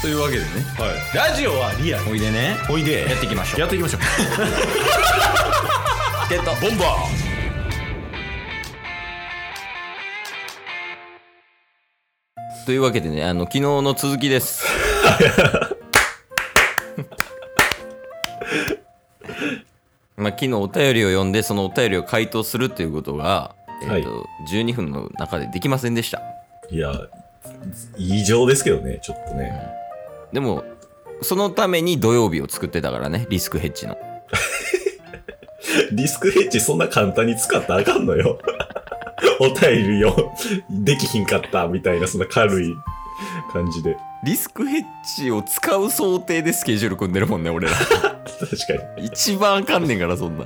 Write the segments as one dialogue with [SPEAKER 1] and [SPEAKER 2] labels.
[SPEAKER 1] というわけでね
[SPEAKER 2] はい、ラジオはリアル
[SPEAKER 1] おいでね
[SPEAKER 2] おいで
[SPEAKER 1] やっていきましょう
[SPEAKER 2] やっていきましょう
[SPEAKER 1] ってた
[SPEAKER 2] ボンバ
[SPEAKER 1] というわけでねあの昨日の続きです まあ昨日お便りを読んでそのお便りを回答するということが、えーと12分の中でできませんでした
[SPEAKER 2] ーいや異常ですけどねちょっとね
[SPEAKER 1] でもそのために土曜日を作ってたからねリスクヘッジの
[SPEAKER 2] リスクヘッジそんな簡単に使ったらあかんのよ お便りよ できひんかったみたいなそんな軽い感じで
[SPEAKER 1] リスクヘッジを使う想定でスケジュール組んでるもんね俺 ら
[SPEAKER 2] 確かに
[SPEAKER 1] 一番あかんねんからそんな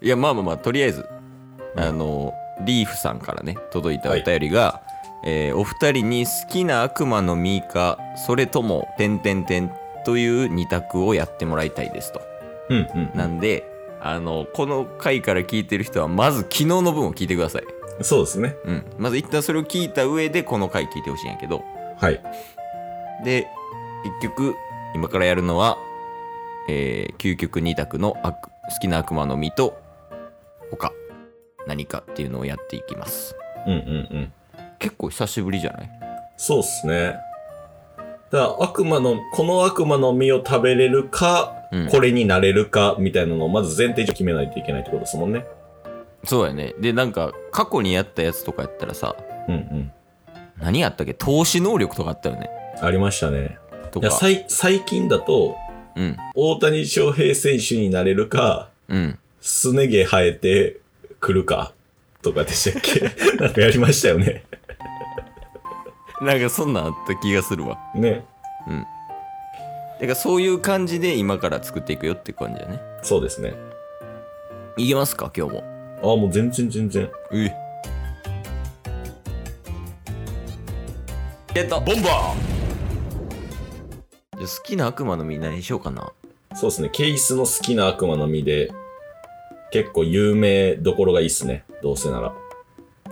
[SPEAKER 1] いやまあまあまあとりあえずあのリーフさんからね届いたお便りが、えーお二人に好きな悪魔の実かそれとも点点点という二択をやってもらいたいですと
[SPEAKER 2] うんうん
[SPEAKER 1] なんであのこの回から聞いてる人はまず昨日の分を聞いてください
[SPEAKER 2] そうですね
[SPEAKER 1] うん、まず一旦それを聞いた上でこの回聞いてほしいんやけど
[SPEAKER 2] はい
[SPEAKER 1] で結局今からやるのは、えー究極二択の悪好きな悪魔の実と他何かっていうのをやっていきます
[SPEAKER 2] うんうんうん
[SPEAKER 1] 結構久しぶりじゃない
[SPEAKER 2] そうっすねだから悪魔のこの悪魔の実を食べれるか、
[SPEAKER 1] うん
[SPEAKER 2] これになれるかみたいなのをまず前提上決めないといけないってことですもんね
[SPEAKER 1] そうやねでなんか過去にやったやつとかやったらさ
[SPEAKER 2] うんうん
[SPEAKER 1] 何やったっけ投資能力とかあったよね
[SPEAKER 2] ありましたね
[SPEAKER 1] と
[SPEAKER 2] いや
[SPEAKER 1] か
[SPEAKER 2] さい最近だと
[SPEAKER 1] うん
[SPEAKER 2] 大谷翔平選手になれるか
[SPEAKER 1] うん
[SPEAKER 2] すね毛生えてくるかとかでしたっけなんかやりましたよね
[SPEAKER 1] なんかそんなんあった気がするわ
[SPEAKER 2] ね
[SPEAKER 1] だからそういう感じで今から作っていくよって感じだね
[SPEAKER 2] そうですね
[SPEAKER 1] いけますか今日も
[SPEAKER 2] ああもう全然全然
[SPEAKER 1] ういえっと
[SPEAKER 2] ボンバ
[SPEAKER 1] じゃあ好きな悪魔の実何にしようかな
[SPEAKER 2] ーそうですねケイスの好きな悪魔の実で結構有名どころがいいっすねどうせなら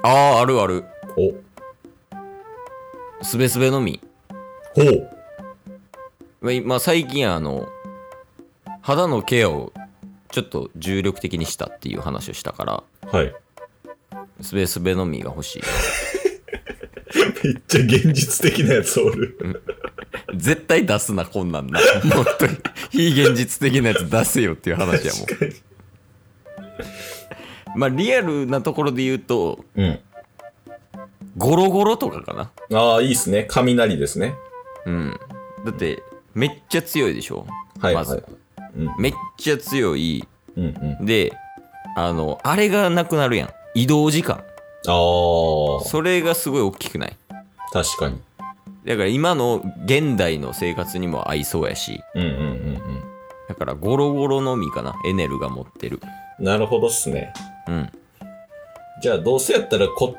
[SPEAKER 1] あああるある
[SPEAKER 2] お
[SPEAKER 1] すべすべの実
[SPEAKER 2] ほう
[SPEAKER 1] まあ今最近あの肌のケアをちょっと重力的にしたっていう話をしたから
[SPEAKER 2] はい
[SPEAKER 1] すべすべの実が欲 しい
[SPEAKER 2] めっちゃ現実的なやつおる
[SPEAKER 1] 絶対出すなこんなん なもっと非現実的なやつ出せよっていう話やも
[SPEAKER 2] 確かに
[SPEAKER 1] んまあリアルなところで言うと
[SPEAKER 2] うん
[SPEAKER 1] ゴロゴロとかかな
[SPEAKER 2] ああいいっすね雷ですね
[SPEAKER 1] うんだってめっちゃ強いでしょ
[SPEAKER 2] はいは
[SPEAKER 1] ま
[SPEAKER 2] い、
[SPEAKER 1] ず
[SPEAKER 2] うん
[SPEAKER 1] めっちゃ強い。
[SPEAKER 2] うんうん
[SPEAKER 1] で、あの、あれがなくなるやん。移動時間。
[SPEAKER 2] ああ
[SPEAKER 1] それがすごい大きくない。
[SPEAKER 2] 確かに
[SPEAKER 1] だから今の現代の生活にも合いそうやし。
[SPEAKER 2] うんうんうんうん
[SPEAKER 1] だからゴロゴロのみかな。エネルが持ってる。
[SPEAKER 2] なるほどっすね。
[SPEAKER 1] うん。
[SPEAKER 2] じゃあどうせやったらこ、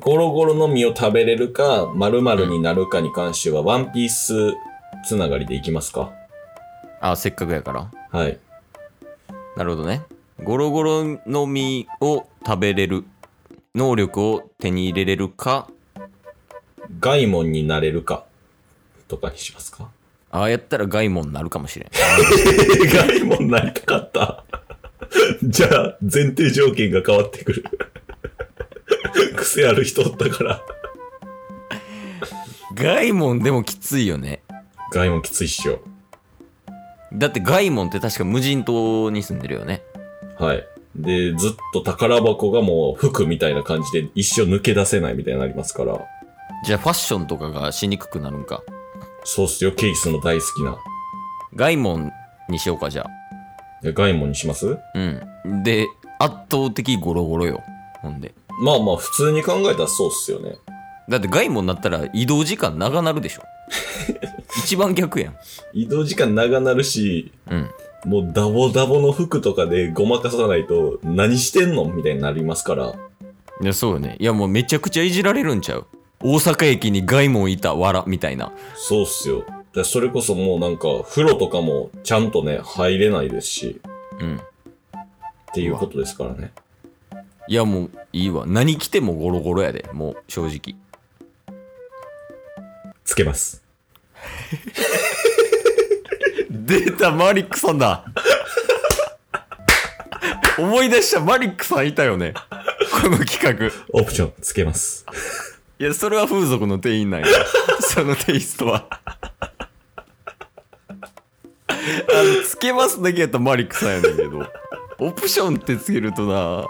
[SPEAKER 2] ゴロゴロの実を食べれるか、〇〇になるかに関しては、ワンピースつながりでいきますか。
[SPEAKER 1] あ、せっかくやから。
[SPEAKER 2] はい。
[SPEAKER 1] なるほどね。ゴロゴロの実を食べれる。能力を手に入れれるか。
[SPEAKER 2] ガイモンになれるか、とかにしますか。
[SPEAKER 1] ああやったらガイモンになるかもしれん。
[SPEAKER 2] ガイモンなりたかった。 じゃあ、前提条件が変わってくる。 癖ある人おったから。
[SPEAKER 1] ガイモンでもきついよね。
[SPEAKER 2] ガイモンきついっしょ。
[SPEAKER 1] だってガイモンって確か無人島に住んでるよね。
[SPEAKER 2] はい。で、ずっと宝箱がもう服みたいな感じで一生抜け出せないみたいになりますから。
[SPEAKER 1] じゃあファッションとかがしにくくなるんか。
[SPEAKER 2] そうっすよ、ケイスの大好きな。
[SPEAKER 1] ガイモンにしようか、じゃあ。
[SPEAKER 2] でガイモンにします
[SPEAKER 1] うん。で、圧倒的ゴロゴロよ。ほんで。
[SPEAKER 2] まあまあ、普通に考えたらそうっすよね。
[SPEAKER 1] だってガイモンになったら移動時間長なるでしょ。一番逆やん。
[SPEAKER 2] 移動時間長なるし、
[SPEAKER 1] うん。
[SPEAKER 2] もうダボダボの服とかでごまかさないと、何してんのみたいになりますから。
[SPEAKER 1] いや、そうよね。いや、もうめちゃくちゃいじられるんちゃう大阪駅にガイモンいた、わら、みたいな。
[SPEAKER 2] そうっすよ。でそれこそもうなんか、風呂とかもちゃんとね、入れないですし、
[SPEAKER 1] うん。
[SPEAKER 2] っていうことですからね。
[SPEAKER 1] いや、もういいわ。何着てもゴロゴロやで。もう、正直。
[SPEAKER 2] つけます。
[SPEAKER 1] 出た、マリックさんだ。思い出した、マリックさんいたよね。この企画。
[SPEAKER 2] オプションつけます。
[SPEAKER 1] いや、それは風俗の店員なんや。そのテイストは。あの、つけますだけやったらマリックさんやねんけど、オプションってつけるとな、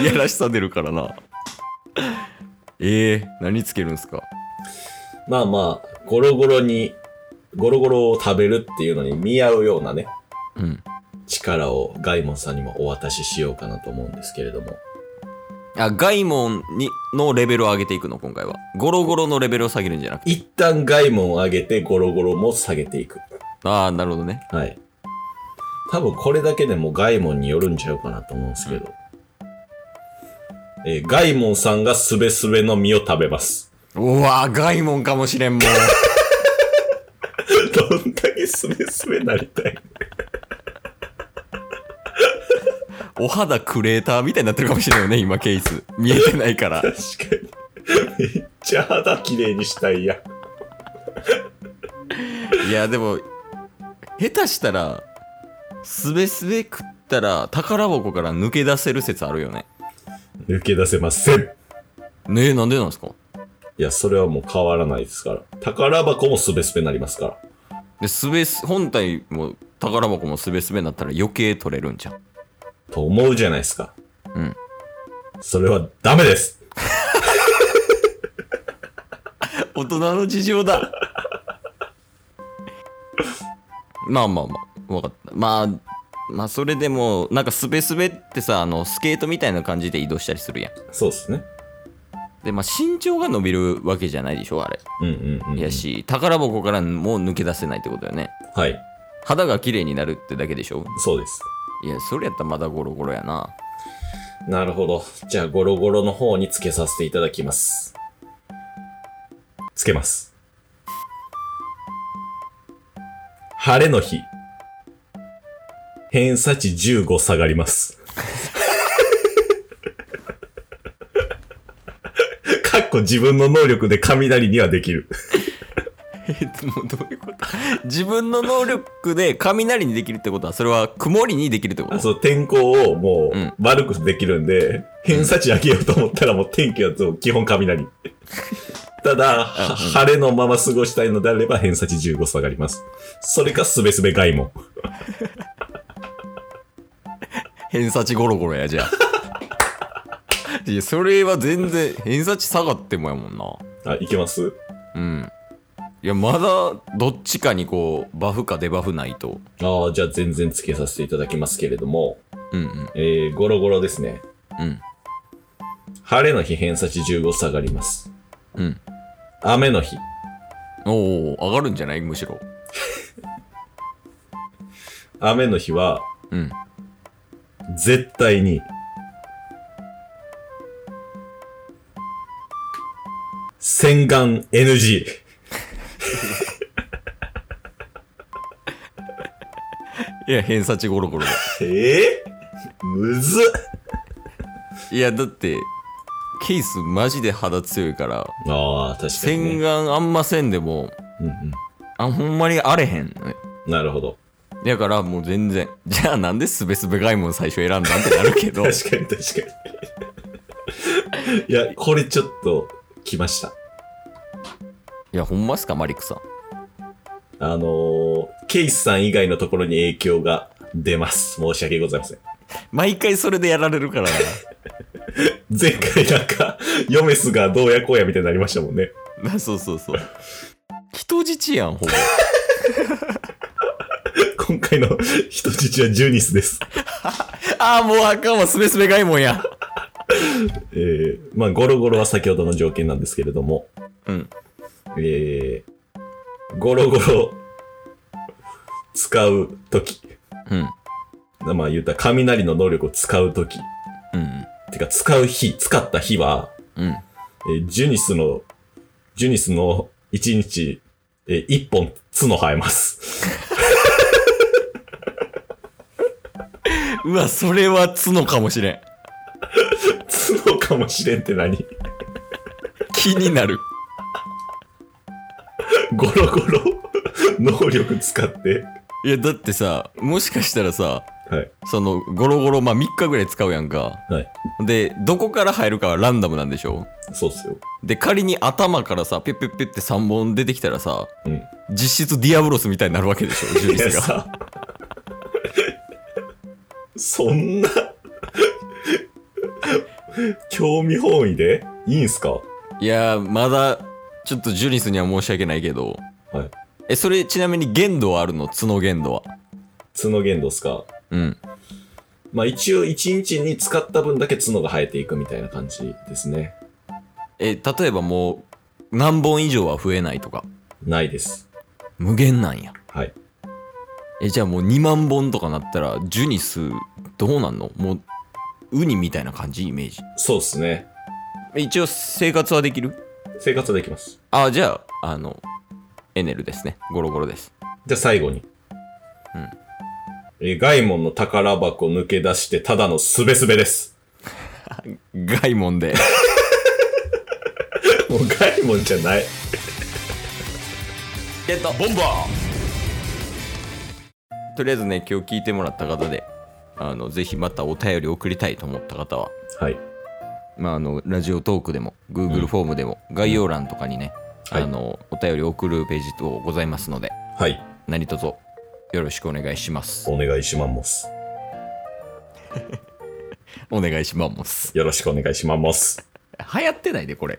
[SPEAKER 1] いやらしさ出るからな。ええー、何つけるんすか
[SPEAKER 2] まあまあ、ゴロゴロに、ゴロゴロを食べるっていうのに見合うようなね、
[SPEAKER 1] うん。
[SPEAKER 2] 力をガイモンさんにもお渡ししようかなと思うんですけれども。
[SPEAKER 1] あ、ガイモンにのレベルを上げていくの、今回は。ゴロゴロのレベルを下げるんじゃなくて。
[SPEAKER 2] 一旦ガイモンを上げてゴロゴロも下げていく。
[SPEAKER 1] ああ、なるほどね。
[SPEAKER 2] はい。多分これだけでもガイモンによるんちゃうかなと思うんですけど。えーガイモンさんがスベスベの実を食べます。
[SPEAKER 1] うわー、ガイモンかもしれんもん。
[SPEAKER 2] どんだけスベスベなりたい。
[SPEAKER 1] お肌クレーターみたいになってるかもしれんよね、今ケース。見えてないから。
[SPEAKER 2] 確かに。めっちゃ肌綺麗にしたいや ん。
[SPEAKER 1] いやでも下手したらすべすべ食ったら宝箱から抜け出せる説あるよね
[SPEAKER 2] 抜け出せません。
[SPEAKER 1] ねえなんでなんですか
[SPEAKER 2] いや、それはもう変わらないですから。宝箱もスベスベになりますから。
[SPEAKER 1] ですべす本体も宝箱もすべすべになったら余計取れるんじゃん
[SPEAKER 2] と思うじゃないですか。
[SPEAKER 1] うん。
[SPEAKER 2] それはダメです。
[SPEAKER 1] 大人の事情だ まあまあまあ分かったまあまあそれでもなんかすべすべってさあのスケートみたいな感じで移動したりするやん
[SPEAKER 2] そうですね。
[SPEAKER 1] でまあ身長が伸びるわけじゃないでしょあれ
[SPEAKER 2] うんうんうんうん。
[SPEAKER 1] いやし宝箱からもう抜け出せないってことよね
[SPEAKER 2] はい。
[SPEAKER 1] 肌が綺麗になるってだけでしょ
[SPEAKER 2] そうです。
[SPEAKER 1] いやそれやったらまだゴロゴロやな
[SPEAKER 2] なるほど。じゃあ、ゴロゴロの方につけさせていただきます。つけます。晴れの日。偏差値15下がります。 かっこ自分の能力で雷にはできる。
[SPEAKER 1] えっともうどういうこと自分の能力で雷にできるってことはそれは曇りにできるってこ
[SPEAKER 2] あ
[SPEAKER 1] と
[SPEAKER 2] そう、天候をも
[SPEAKER 1] うん
[SPEAKER 2] う悪くできるんで、偏差値上げようと思ったらもう天気はそう基本雷。 ただ、は晴れのまま過ごしたいのであれば偏差値15下がります。それかすべすべ外も。
[SPEAKER 1] 偏差値ゴロゴロやじゃあ いやそれは全然偏差値下がってもやもんな
[SPEAKER 2] あ、いけます
[SPEAKER 1] うんいやまだどっちかにこうバフかデバフないと
[SPEAKER 2] ああ、じゃあ全然つけさせていただきますけれども、
[SPEAKER 1] うんうん
[SPEAKER 2] えー、ゴロゴロですね。
[SPEAKER 1] うん
[SPEAKER 2] 晴れの日偏差値15下がります。
[SPEAKER 1] うん
[SPEAKER 2] 雨の日、
[SPEAKER 1] おお上がるんじゃないむしろ
[SPEAKER 2] 雨の日は
[SPEAKER 1] うん
[SPEAKER 2] 絶対に、洗顔 NG。
[SPEAKER 1] いや偏差値ゴロゴロだ
[SPEAKER 2] えー、むずっ
[SPEAKER 1] いやだってケースマジで肌強いから
[SPEAKER 2] ああ、確かに、ね。
[SPEAKER 1] 洗顔あんませんでも
[SPEAKER 2] うん
[SPEAKER 1] あほんまに荒れへんのよ
[SPEAKER 2] うん。なるほど。
[SPEAKER 1] だからもう全然じゃあなんでスベスベガイモン最初選んだんってなるけど
[SPEAKER 2] 確かに確かに。 いや、これちょっと、来ました。
[SPEAKER 1] いやほんまっすかマリックさん
[SPEAKER 2] あのー、ケイスさん以外のところに影響が出ます。申し訳ございません。
[SPEAKER 1] 毎回それでやられるからな
[SPEAKER 2] 前回なんか、ヨメスがどうやこうやみたいになりましたもんね。
[SPEAKER 1] な そうそうそう人質やんほぼ
[SPEAKER 2] 今回の 人質はジュニスです。
[SPEAKER 1] ああもうあかんわスベスベガイモンや
[SPEAKER 2] えー、まあ、ゴロゴロは先ほどの条件なんですけれども、
[SPEAKER 1] うん
[SPEAKER 2] えー、ゴロゴロ 使うとき、
[SPEAKER 1] うん
[SPEAKER 2] まあ言ったら雷の能力を使うとき、
[SPEAKER 1] うん
[SPEAKER 2] てか使う日、使った日は、
[SPEAKER 1] うん
[SPEAKER 2] えージュニスの、ジュニスの1日、えー、1本角生えます。
[SPEAKER 1] うわそれは角かもしれん
[SPEAKER 2] 角かもしれんって何
[SPEAKER 1] 気になる
[SPEAKER 2] ゴロゴロ 能力使って。
[SPEAKER 1] いやだってさもしかしたらさ
[SPEAKER 2] はい。
[SPEAKER 1] そのゴロゴロまあ3日ぐらい使うやんか
[SPEAKER 2] はい。
[SPEAKER 1] でどこから入るかはランダムなんでしょ
[SPEAKER 2] そうっすよ。
[SPEAKER 1] で仮に頭からさピュッピュッピュッって3本出てきたらさ
[SPEAKER 2] うん。
[SPEAKER 1] 実質ディアブロスみたいになるわけでしょ
[SPEAKER 2] い
[SPEAKER 1] 呪
[SPEAKER 2] や
[SPEAKER 1] 術が
[SPEAKER 2] さ、そんな、興味本位でいいんすか
[SPEAKER 1] いやまだちょっとジュニスには申し訳ないけど
[SPEAKER 2] はい。
[SPEAKER 1] えそれちなみに限度はあるの角限度は
[SPEAKER 2] 角限度っすか
[SPEAKER 1] うん
[SPEAKER 2] まあ一応一日に使った分だけ角が生えていくみたいな感じですね。
[SPEAKER 1] え例えばもう何本以上は増えないとか
[SPEAKER 2] ないです。
[SPEAKER 1] 無限なんや
[SPEAKER 2] はい。
[SPEAKER 1] えじゃあもう2万本とかなったらジュニスどうなんのもうウニみたいな感じイメージ
[SPEAKER 2] そうっすね。
[SPEAKER 1] え一応生活はできる
[SPEAKER 2] 生活はできます。
[SPEAKER 1] あじゃああのエネルですねゴロゴロです
[SPEAKER 2] じゃあ最後に。
[SPEAKER 1] うん
[SPEAKER 2] えー。ガイモンの宝箱抜け出して、ただのすべすべです。
[SPEAKER 1] ガイモンで
[SPEAKER 2] もうガイモンじゃない。
[SPEAKER 1] ゲット
[SPEAKER 2] ボンバー
[SPEAKER 1] とりあえずね今日聞いてもらった方であのぜひまたお便り送りたいと思った方は、
[SPEAKER 2] はい。
[SPEAKER 1] まあ、あのラジオトークでも Google フォームでも、概要欄とかにね、
[SPEAKER 2] はい
[SPEAKER 1] あのお便り送るページ等ございますので
[SPEAKER 2] はい。
[SPEAKER 1] 何卒よろしくお願いします
[SPEAKER 2] お願いします。
[SPEAKER 1] お願いします
[SPEAKER 2] よろしくお願いします。
[SPEAKER 1] 流行ってない でこれ